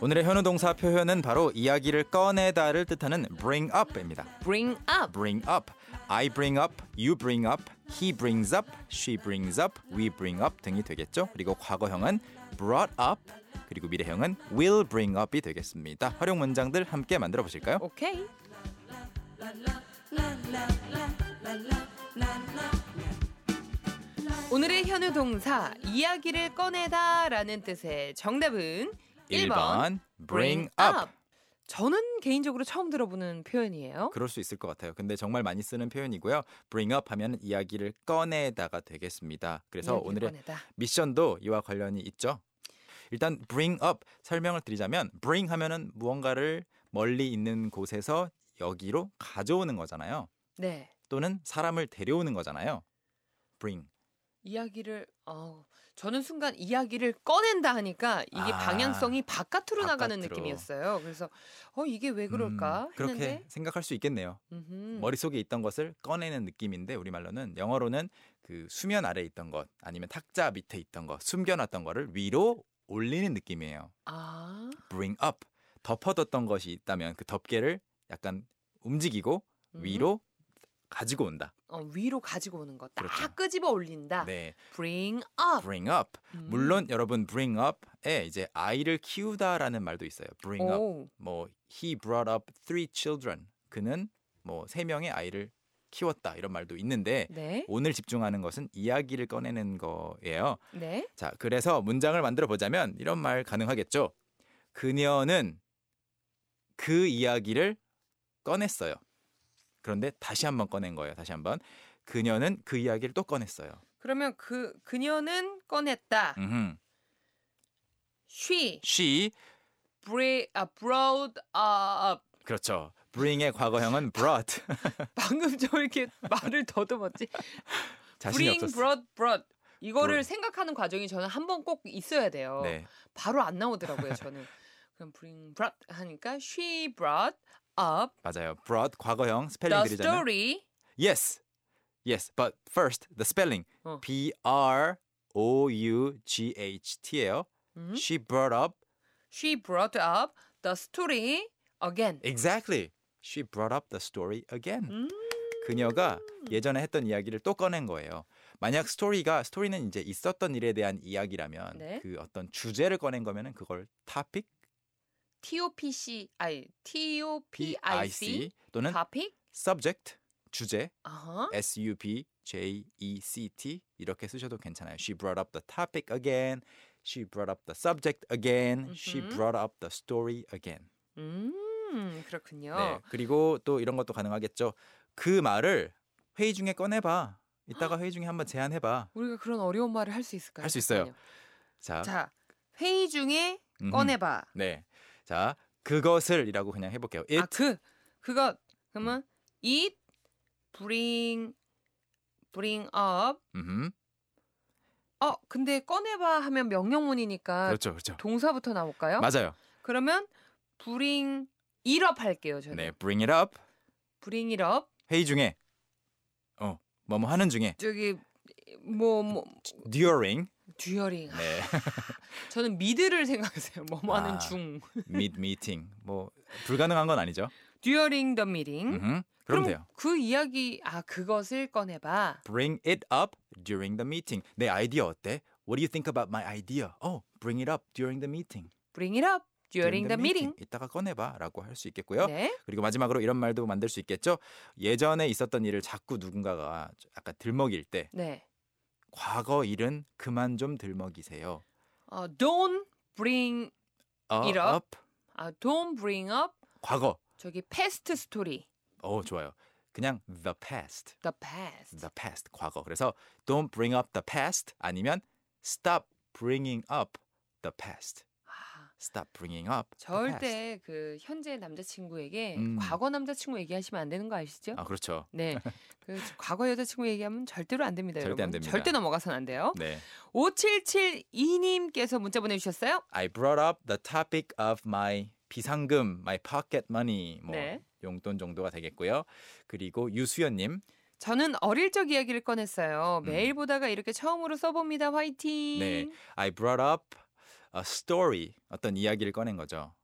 오늘의 현우 동사 표현은 바로 이야기를 꺼내다를 뜻하는 bring up입니다. Bring up. bring up. I bring up, you bring up, he brings up, she brings up, we bring up 등이 되겠죠. 그리고 과거형은 brought up, 그리고 미래형은 will bring up이 되겠습니다. 활용 문장들 함께 만들어 보실까요? 오케이. 오늘의 현우 동사 이야기를 꺼내다라는 뜻의 정답은 1번 bring up. 저는 개인적으로 처음 들어보는 표현이에요. 그럴 수 있을 것 같아요. 근데 정말 많이 쓰는 표현이고요. bring up 하면 이야기를 꺼내다가 되겠습니다. 그래서 이야기를 오늘의 꺼내다. 미션도 이와 관련이 있죠. 일단 bring up 설명을 드리자면 bring 하면은 무언가를 멀리 있는 곳에서 여기로 가져오는 거잖아요. 네. 또는 사람을 데려오는 거잖아요. bring. 이야기를 어 저는 순간 이야기를 꺼낸다 하니까 이게 아, 방향성이 바깥으로, 나가는 바깥으로. 느낌이었어요. 그래서 어 이게 왜 그럴까 음, 그렇게 했는데 생각할 수 있겠네요. 음흠. 머릿속에 있던 것을 꺼내는 느낌인데 우리말로는 영어로는 그 수면 아래에 있던 것 아니면 탁자 밑에 있던 것 숨겨놨던 거를 위로 올리는 느낌이에요. 아 bring up 덮어뒀던 것이 있다면 그 덮개를 약간 움직이고 음. 위로 가지고 온다. 어, 위로 가지고 오는 거 딱 그렇죠. 끄집어 올린다. 네, Bring up. bring up. 아. 음. 물론 여러분 bring up에 이제 아이를 키우다라는 말도 있어요. bring up. 오, 뭐 he brought up three children. 그는 뭐 세 명의 아이를 키웠다 이런 말도 있는데 네, 오늘 집중하는 것은 이야기를 꺼내는 거예요. 네. 자, 그래서 문장을 만들어 보자면 이런 말 가능하겠죠. 그녀는 그 이야기를 꺼냈어요. 그런데 다시 한번 꺼낸 거예요. 다시 한번. 그녀는 그 이야기를 또 꺼냈어요. 그러면 그 그녀는 꺼냈다. 음흠. She She bring uh, brought up. 그렇죠. bring의 과거형은 brought. 방금 저 이렇게 말을 더듬었지. 자신이 bring 없었어. brought brought. 이거를 brought. 생각하는 과정이 저는 한 번 꼭 있어야 돼요. 네. 바로 안 나오더라고요, 저는. 그럼 bring brought 하니까 she brought up 맞아요. brought 과거형 스펠링 the 드리자면 story. Yes. Yes, but first the spelling. 어. B R O U G H T예요. 음? She brought up She brought up the story again. 예. Exactly. She brought up the story again. 음. 그녀가 예전에 했던 이야기를 또 꺼낸 거예요. 만약 스토리가 스토리는 이제 있었던 일에 대한 이야기라면 네. 그 어떤 주제를 꺼낸 거면은 그걸 topic, TOPC 아니 P I C TOPIC 또는 topic subject, 주제, 아하. S U P J E C T 이렇게 쓰셔도 괜찮아요. She brought up the topic again. She brought up the subject again. She 음흠. brought up the story again. 음, 그렇군요. 네. 그리고 또 이런 것도 가능하겠죠. 그 말을 회의 중에 꺼내봐. 이따가 회의 중에 한번 제안해봐. 우리가 그런 어려운 말을 할 수 있을까요? 할수 있어요. 잠깐만요. 자, 자, 회의 중에 음흠. 꺼내봐. 아, 네. 자, 그것을이라고 그냥 해볼게요. It 음. 아, 그 그거 그러면 it bring bring up. 음흠. 어, 근데 꺼내봐 하면 명령문이니까 그렇죠, 그렇죠. 동사부터 나올까요? 맞아요. 그러면 bring it up 할게요, 저는. 네, bring it up. bring it up. 회의 중에, 어, 뭐뭐 하는 중에, 저기 뭐 뭐 during. 듀어링. 네. 저는 미드를 생각했어요. 뭐뭐 하는 아. 중. mid meeting. 뭐 불가능한 건 아니죠. during the meeting. 음흠. 그럼 그럼 돼요. 그 이야기 아 그것을 꺼내봐. Bring it up during the meeting. 내 아이디어 어때? What do you think about my idea? Oh, bring it up during the meeting. Bring it up during the meeting. 이따가 꺼내봐라고 할 수 있겠고요. 네. 그리고 마지막으로 이런 말도 만들 수 있겠죠. 예전에 있었던 일을 자꾸 누군가가 약간 들먹일 때 네. 과거 일은 그만 좀 들먹이세요. 어, don't bring 어, It up. 아 don't bring up 과거. 저기 past story. 어 좋아요. 그냥 the past. the past. the past 과거. 그래서 don't bring up the past 아니면 stop bringing up the past. 아, stop bringing up the past. 절대 그 현재 남자친구에게 음. 과거 남자친구 얘기하시면 안 되는 거 아시죠? 아 그렇죠. 네. 그 과거 여자친구 얘기하면 절대로 안 됩니다, 절대 여러분. 안 됩니다. 절대 넘어가선 안 돼요. 네. 5772님께서 문자 보내주셨어요. I brought up the topic of my 비상금, my pocket money 뭐 네. 용돈 정도가 되겠고요. 그리고 유수연님 저는 어릴 적 이야기를 꺼냈어요. 음. 매일 보다가 이렇게 처음으로 써봅니다. 화이팅. 네. I brought up a story. 어떤 이야기를 꺼낸 거죠.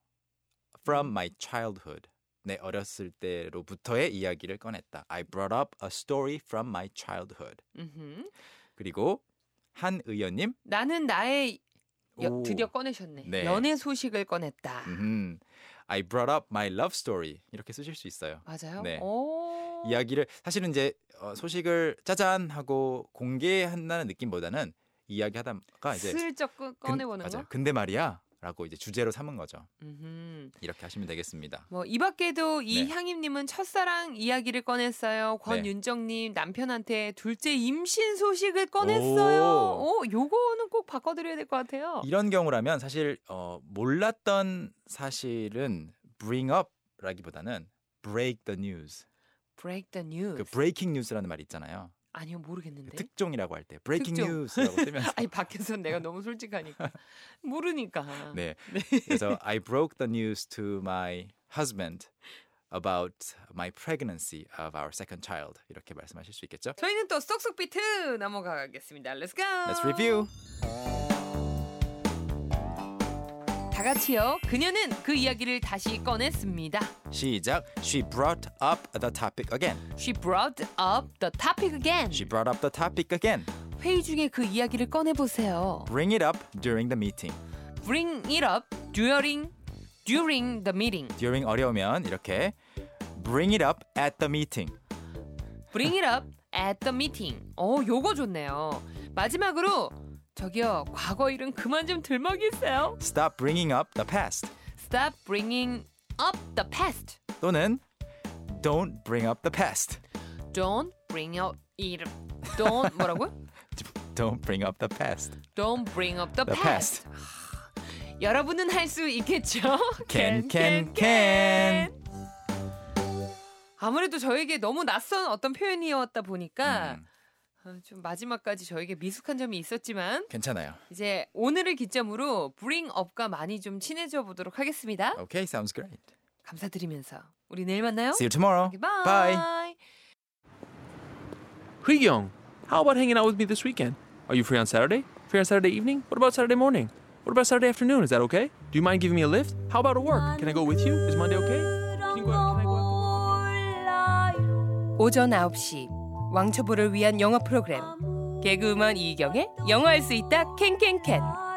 From my childhood. 내 어렸을 때로부터의 이야기를 꺼냈다. I brought up a story from my childhood. 음흠. 그리고 한 의원님. 나는 나의 여- 오. 드디어 꺼내셨네. 네. 연애 소식을 꺼냈다. 음흠. I brought up my love story. 이렇게 쓰실 수 있어요. 맞아요. 네. 오. 이야기를 사실은 이제 어, 소식을 짜잔 하고 공개한다는 느낌보다는 이야기하다가 이제 슬쩍 꺼- 근- 꺼내보는 맞아요. 거. 근데 말이야라고 이제 주제로 삼은 거죠. 음흠. 이렇게 하시면 되겠습니다. 뭐 이밖에도 네. 이향임님은 첫사랑 이야기를 꺼냈어요. 권윤정님 남편한테 둘째 임신 소식을 꺼냈어요. 오. 오, 요거는 꼭 바꿔드려야 될 것 같아요. 이런 경우라면 사실 어, 몰랐던 사실은 bring up라기보다는 break the news. Break the news. 그 breaking news라는 말 있잖아요. 아니요 모르겠는데. 그 뜨종이라고 할 때 breaking 네? 특종. news라고 뜨면서 아니 밖에서 내가 너무 솔직하니까 모르니까. 네. 그래서 I broke the news to my husband about my pregnancy of our second child. 이렇게 말씀하실 수 있겠죠? 저희는 또 쏙쏙 비트 넘어가겠습니다. Let's go. Let's review. 다 같이요. 그녀는 그 이야기를 다시 꺼냈습니다. 시작. She brought up the topic again. She brought up the topic again. She brought up the topic again. 회의 중에 그 이야기를 꺼내 보세요. Bring it up during the meeting. Bring it up during during the meeting. during 어려우면 이렇게 bring it up at the meeting. Bring it up at the meeting. 어, 요거 좋네요. 마지막으로 저기요. 과거 일은 그만 좀 들먹이세요. Stop bringing up the past. Stop bringing up the past. 또는 don't bring up the past. Don't bring up it. Don't 뭐라고요? Don't bring up the past. Don't bring up the, The past. 여러분은 할 수 있겠죠? Can, can, can. 아무래도 저에게 너무 낯선 어떤 표현이었다 보니까 음, 어, 좀 마지막까지 저에게 미숙한 점이 있었지만 괜찮아요. 이제 오늘을 기점으로 bring up과 많이 좀 친해져 보도록 하겠습니다. Okay, sounds great. 감사드리면서 우리 내일 만나요. See you tomorrow. Goodbye. Oh, Bye. Young, how about hanging out with me this weekend? Are you free on Saturday? Free on Saturday evening? What about Saturday morning? What about Saturday afternoon? Is that okay? Do you mind giving me a lift? How about at work? Can I go with you? Is Monday okay? Can you go out? Can I go out? 오전 9시 왕초보를 위한 영어 프로그램 개그우먼 이경의 영어할 수 있다 캔캔캔